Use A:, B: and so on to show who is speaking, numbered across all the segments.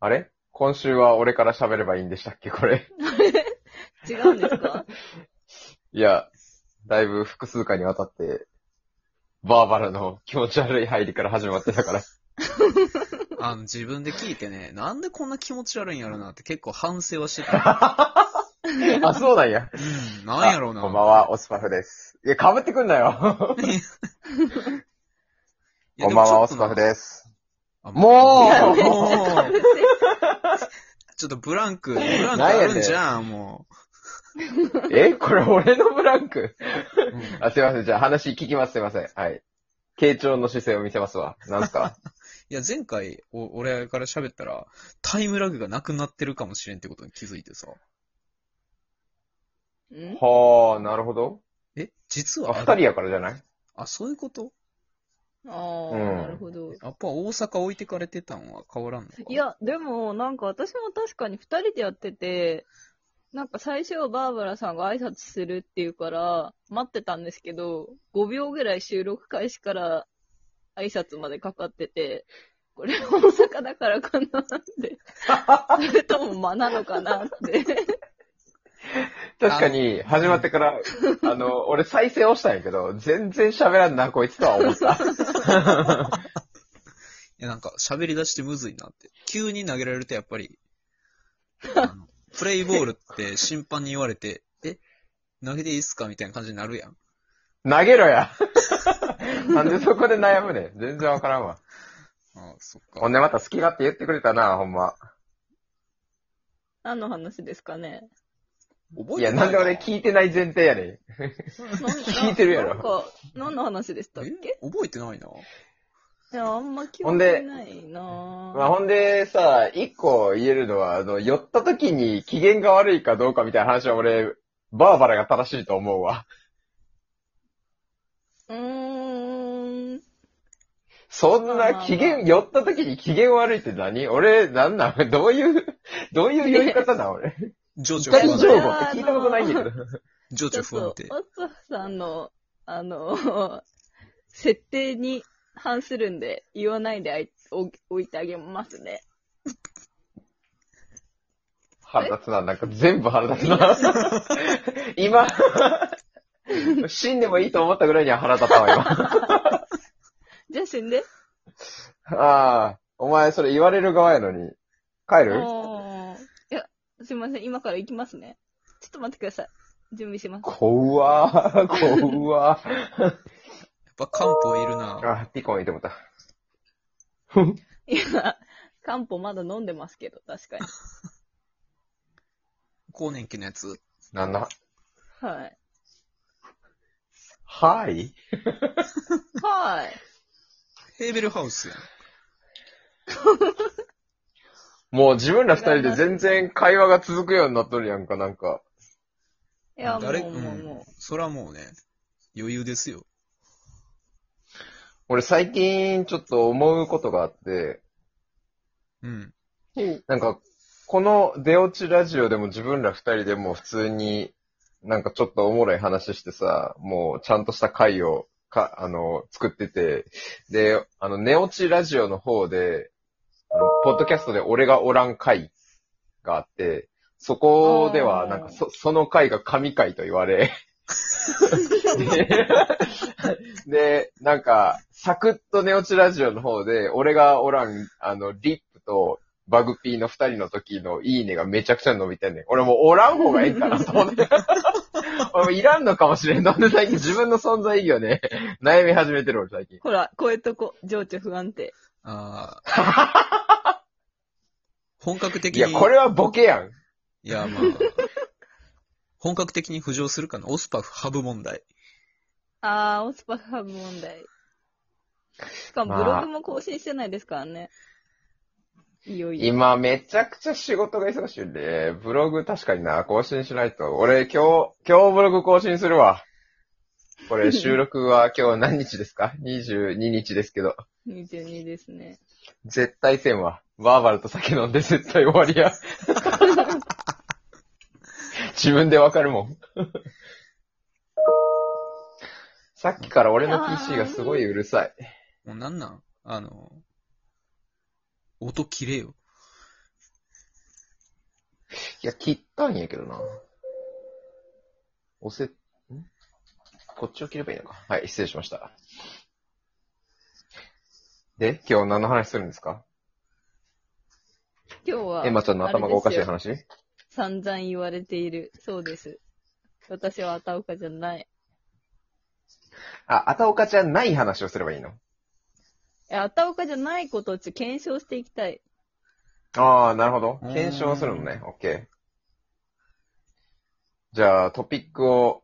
A: あれ今週は俺から喋ればいいんでしたっけこれ。
B: 違うんで すか
A: いや、だいぶ複数回にわたって、バーバラの気持ち悪い入りから始まってたから。
C: あの、自分で聞いて ね、なんでこんな気持ち悪いんやろなって結構反省はし てた。
A: あ、そうなんや。
C: うん、なんやろうな。
A: こんばんは、オスパフです。いや、被ってくんなよ。
C: いや。
A: こんばんは、オ
C: で
A: ス
C: もちょ
A: パ
C: っ
A: フです。もう
C: となあもう
B: やめて
C: ちょっとブラン ク、ブランクあるんじゃん、も
A: えこれ俺のブランク
C: う。
A: あ、すいません。じゃあ話聞きます。すいません。はい。傾聴の姿勢を見せますわ。なんすか
C: いや、前回、お俺から喋ったら、タイムラグがなくなってるかもしれんってことに気づいてさ。
B: ん
A: はあ、なるほど。
C: え、実
A: あ
C: は
A: 二
C: あ
A: 人やからじゃない
C: あ、そういうこと
B: ああ、
A: うん
B: なるほど。
C: やっぱ大阪置いてかれてたんは変わらんのか
B: い、や、でも、なんか私も確かに二人でやってて、なんか最初はバーバラさんが挨拶するっていうから、待ってたんですけど、5秒ぐらい収録開始から挨拶までかかってて、これ大阪だからかなって。それとも間なのかなって。
A: 確かに、始まって から、あの、俺再生をしたんやけど、全然喋らんな、こいつとは思った。
C: いや、なんか喋り出してむずいなって。急に投げられるとやっぱり、あのプレイボールって審判に言われて、え、投げていいっすかみたいな感じになるやん。
A: 投げろ やなんでそこで悩むねん全然わからんわ。
C: ああ、そっか。
A: ほんでまた好き勝手言ってくれたな、ほんま。
B: 何の話ですかね。
C: 覚
A: い
C: え
A: や、
C: てな
A: ないんで俺聞いてない前提やねん。聞
B: 聞
A: いてるやろ
B: なんか、何の話でしたっけ
C: え覚えてないな。
B: いや、あんま記
A: ほん
B: 憶
A: で
B: ないなぁ
A: まあ、ほんでさ、一個言えるのは、あの、寄った時に機嫌が悪いかどうかみたいな話は俺、バーバラが正しいと思うわ。
B: うーん。
A: そん
B: まあまあ
A: な機嫌、寄った時に機嫌悪いって何俺、なんなん どういう、どういう寄り方なん俺。
C: 情緒
A: 二
C: 不
A: 人情
C: 安定。
A: 報って聞いたことないんやけど。
C: 情
B: ちょ
C: 緒
B: っ
C: 不安
B: と
C: 定、。
B: オッソさんの、あの、設定に反するんで、言わないであいお置いてあげますね。
A: 腹立つな、なんか全部腹立つな。 今、死んでもいいと思ったぐらいには腹立ったわ、今。
B: じゃあ死んで。
A: ああ、お前それ言われる側やのに。帰る
B: おーいや、すいません。今から行きますね。ちょっと待ってください。準備します。
A: 怖わ怖わ
C: やっぱ漢方いるな。
A: あ、ピコンいてもうた。
B: いや、漢方まだ飲んでますけど、確かに。
C: 更年期のやつ。
A: なんだ
B: はい。
A: はい
B: はい。
C: ヘーベルハウスやん。
A: もう自分ら二人で全然会話が続くようになっとるやんか、なんか。
B: いや、も
C: 誰
B: う、もう、も
C: そらもうね、余裕ですよ。
A: 俺最近ちょっと思うことがあって、
C: うん。
B: う。
A: なんか、この出落ちラジオでも自分ら二人でもう普通になんかちょっとおもろい話してさ、もうちゃんとした回を、か、あの、作ってて、で、あの、寝落ちラジオの方で、あの、ポッドキャストで俺がおらん回があって、そこでは、
B: あー
A: なんかそ、その回が神回と言わ れ、 でで、なんか、サクッと寝落ちラジオの方で、俺がおらん、あの、リップとバグピーの二人の時のいいねがめちゃくちゃ伸びてんねん。俺もうおらん方がいいかなと思って。俺もいらんのかもしれん。なんで最近自分の存在意義をね、悩み始めてる俺最近。
B: ほら、こういうとこ、情緒不安定。
C: ああ。本格的
A: い
C: に。
A: や、これはボケやん。
C: いや、まあ、本格的に浮上するかな。オスパフハブ問題。
B: あー、オスパフハブ問題。しかもブログも更新してないですからね。いよいよ。
A: 今めちゃくちゃ仕事が忙しいんで、ブログ確かにな、更新しないと。俺今日、今日ブログ更新するわ。これ収録は今日何日ですか ?22 日ですけど。
B: 22ですね。
A: 絶対せんわ。バーバルと酒飲んで絶対終わりや。 自分でわかるもん。さっきから俺の PC がすごいうるさい。
C: もうなんなんあの、音切れよ。
A: いや、切ったんやけどな。押せ、んこっちを切ればいいのか。はい、失礼しました。で、今日何の話するんですか
B: 今日は。
A: エマちゃんの頭がおかしい
B: あれで
A: 話
B: すよ散々言われている。そうです。私はアタオカじゃない。
A: あ、あたおかちゃんない話をすればいいの
B: え、アタオカじゃないことをちょっと検証していきたい。
A: ああ、なるほど。
C: うーん
A: 検証するのね。オッケー。じゃあ、トピックを、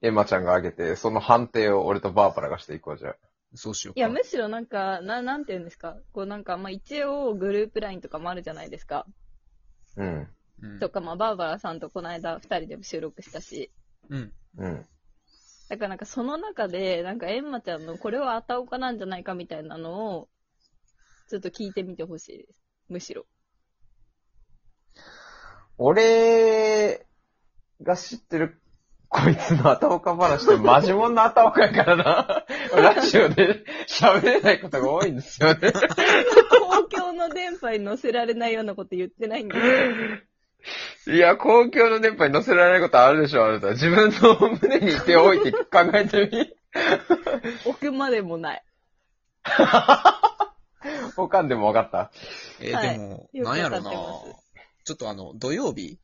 A: エマちゃんが上げて、その判定を俺とバーバラがしていこう、じゃあ。
C: そうしよう
B: い
C: か。
B: や、むしろなんか、な、なんて言うんですか。こうなんか、まあ一応グループラインとかもあるじゃないですか。
A: うん。
C: うん
B: とか、まあバーバラさんとこの間二人でも収録したし。
C: うん。
A: うん。
B: だからなんかその中で、なんかエンマちゃんのこれはアタオカなんじゃないかみたいなのを、ちょっと聞いてみてほしいです。むしろ。
A: 俺が知ってる、こいつのあたおか話ってマジモンのあたおかやからな。ラジオで喋れないことが多いんですよね。
B: 公共の電波に載せられないようなこと言ってないんだよ。
A: いや、公共の電波に載せられないことあるでしょ、あなた。自分の胸に手を置いて考えてみ。
B: 奥までもない。
A: おかんでもわかった。
C: え
B: はい
C: でも、
B: よく
C: なんやろな
B: わかってま
C: ちょっとあの、土曜日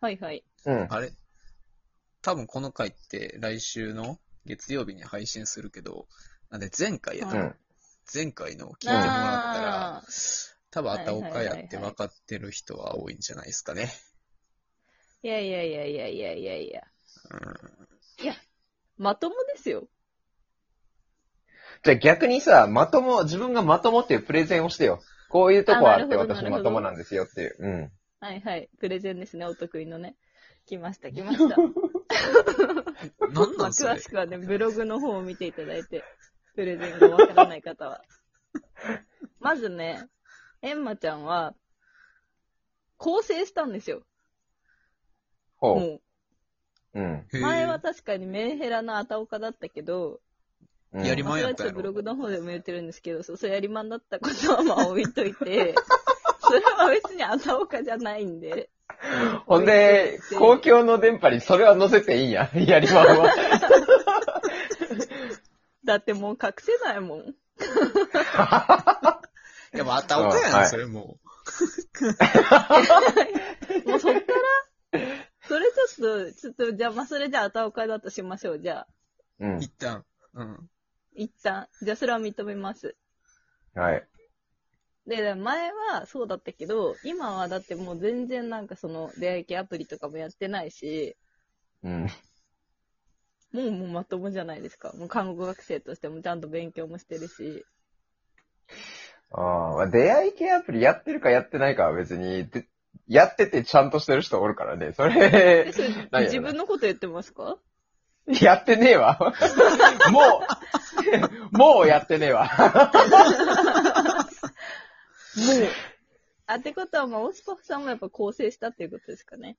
B: はいはい。
A: うん。
C: あれ多分この回って来週の月曜日に配信するけど、なんで前回やな、
B: う
A: うん。
C: 前回の聞いてもらったら
B: あ、ー
C: 多分あたおかや
B: はいはい
C: っ
B: は
C: て
B: いはい
C: 分かってる人は多いんじゃないですかね。
B: いやいやいやいやいやいやいや。
C: うん
B: まともですよ。
A: じゃあ逆にさ、まとも、自分がまともっていうプレゼンをしてよ。こういうとこあっ
B: あな
A: て
B: るほど
A: 私
B: なる
A: ま
B: ほ
A: と
B: ど
A: もなんですよっていう。うん。
B: はいはい。プレゼンですね、お得意のね。来ました、来ました。
C: なん
B: ま
C: な
B: あ、
C: んそれ
B: 詳しくはね、ブログの方を見ていただいて、プレゼンがわからない方 は。まずね、エンマちゃんは、構成したんですよ。
A: ほう。
B: も
A: うん。
C: へ
B: う、
C: ー
B: 前は確かにメンヘラなアタオカだったけど、
A: うん
C: やりま
B: まあそれはちょっとブログの方でも言ってるんですけど、そう、そうやりまんだったことはまあ置いといて、 それは別にアタオカじゃないんで。
A: ほんで、公共の電波にそれは載せていいん や。やりまんは。
B: だってもう隠せないもん。
C: いや、まああたおかや
A: あは
C: ん、
A: い
C: それもう。
B: もうそっからそれちょっと、ちょっと、じゃあ、まあ、それじゃあ、あたおかだとしましょう。じゃあ、
A: うん。
C: 一旦。うん。
B: 一旦。じゃあ、それは認めます。
A: はい。
B: で、前はそうだったけど、今はだってもう全然なんかその、出会い系アプリとかもやってないし、
A: うん。
B: もうもうまともじゃないですか。もう看護学生としてもちゃんと勉強もしてるし。
A: ああ、出会い系アプリやってるかやってないかは別に、でやっててちゃんとしてる人おるからね。そ
B: え、
A: れ、
B: それ
A: ない、
B: 自分のこと言ってますか
A: やってねえわ。 もう、もうやってねえわ。
B: あ、ってことは、まあ、オスパフさんもやっぱ構成したっていうことですかね。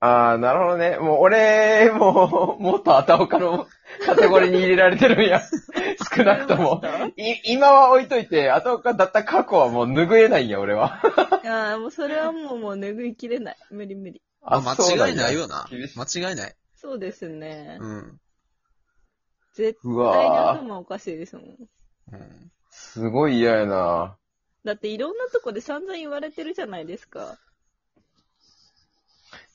A: ああ、なるほどね。もう俺、もう、もっとあたおかのカテゴリーに入れられてるんや。少なくとも。い、今は置いといて、あたおかだった過去はもう拭えないんや、俺は。
B: いやーもうそれはもう、もう拭いきれない。無理無理。
C: まあ
A: そう
C: 間
A: ん
C: 違い
A: や
C: ないよな。
A: 厳しい
C: 間違いない。
B: そうですね。
C: うん。
B: 絶
A: う
B: 対に
A: わぁ、
B: 頭おかしいですもん。
C: うん。
A: すごい嫌やな
B: だっていろんなとこで散々言われてるじゃないですか。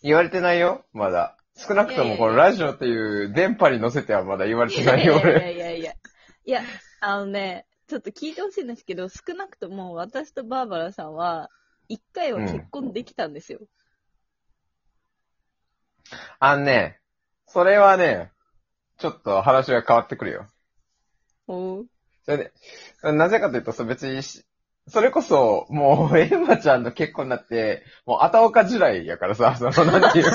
A: 言われてないよ、まだ。少なくと
B: いやい
A: も
B: やいや
A: このラジオっていう電波に乗せてはまだ言われてないよ、
B: いや
A: 俺。
B: いやいやいや。いや、あのね、ちょっと聞いてほしいんですけど、少なくとも私とバーバラさんは、一回は結婚できたんですよ。
A: あんね、それはね、ちょっと話が変わってくるよ。
B: おう
A: それで、なぜかというと、そう別にし、それこそ、もう、エ ンマちゃんの結婚になって、もう、あたおか時代やからさ、その、なんていう。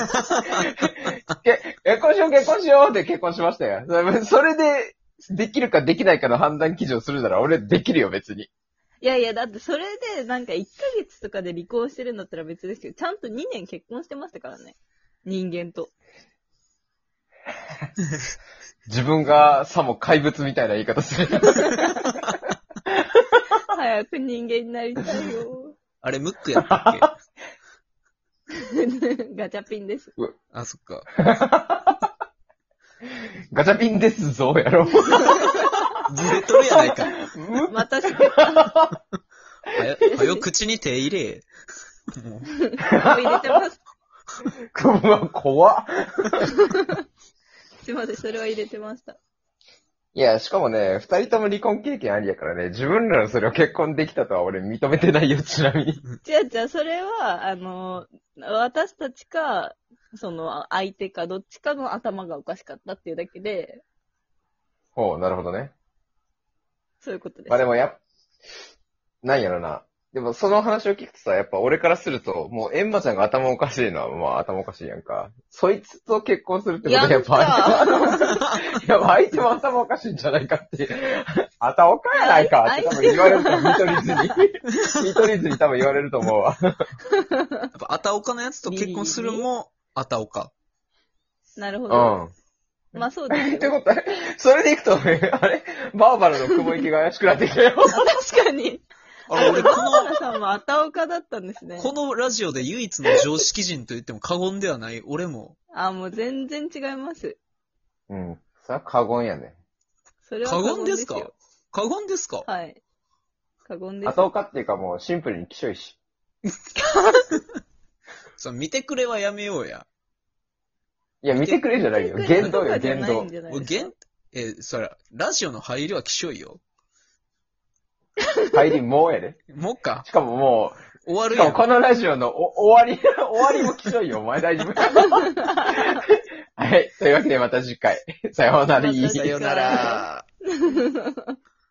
A: け結婚しよう、結婚しようで結婚しましたよ。それそれで、できるかできないかの判断基準をするなら、俺できるよ、別に。
B: いやいや、だってそれでなんか1ヶ月とかで離婚してるんだったら別ですけど、ちゃんと2年結婚してましたからね。人間と。
A: 自分が、さも怪物みたいな言い方する。
B: 早く人間になりたいよ。
C: あれ、ムックやったっけ
B: ガチャピンです。
C: あ、そっか。
A: ガチャピンですぞ、やろ。
C: ずれとるやないか。
B: また、し
C: はよ、はよ、口に手入れ。もう
B: 入れてます。
A: うわ、怖っ
B: すいません、それは入れてました。
A: いや、しかもね、二人とも離婚経験ありやからね、自分らのそれを結婚できたとは俺認めてないよ、ちなみに。
B: 違う違う、それは、あの、私たちか、その、相手か、どっちかの頭がおかしかったっていうだけで、
A: ほう、なるほどね。
B: そういうことです。
A: まあでもやっ、なんやろな。でもその話を聞くとさ、やっぱ俺からすると、もうエンマちゃんが頭おかしいのは、まあ頭おかしいやんか。そいつと結婚するってことはやっぱ
B: や
A: 相手も、やっぱ相手も 頭おかしいんじゃないかって。頭おかやないかって多分言われると思う、見取り図に。見取り図に多分言われると思うわ。
C: やっぱ、あたおかのやつと結婚するも、あたおか。
B: なるほど。
A: うん。
B: まあそうです
A: って
B: よ。
A: ことは、それでいくと、ね、あれバーバラの雲行きが怪しくなってきたよ。
B: 確かに。
C: あれ、俺、こ
B: バーバラさんもあたおかだったんですね
C: の、。このラジオで唯一の常識人と言っても過言ではない、俺も、
B: あ、もう全然違います。
A: うん。それは過言やね。
B: それは
C: 過言ですか
B: よ
C: 過言ですか
B: はい。過言です。
A: 後岡っていうかもうシンプルに気象いし。
C: さ見てくれはやめようや。
A: いや、見てくれじゃないよ。言動よ、言動。
C: 俺、げん、え、そら、ラジオの入りはきしょいよ。
A: 入りもうやで。
C: もっか。
A: しかもも
C: 終
A: う、
C: わ
A: し
C: る
A: か
C: や
A: も
C: ん。
A: このラジオのお終わり、 終わりも気象いよ。お前大丈夫 はい。というわけでまた次回。さようなら。
B: また次回
C: さよなら。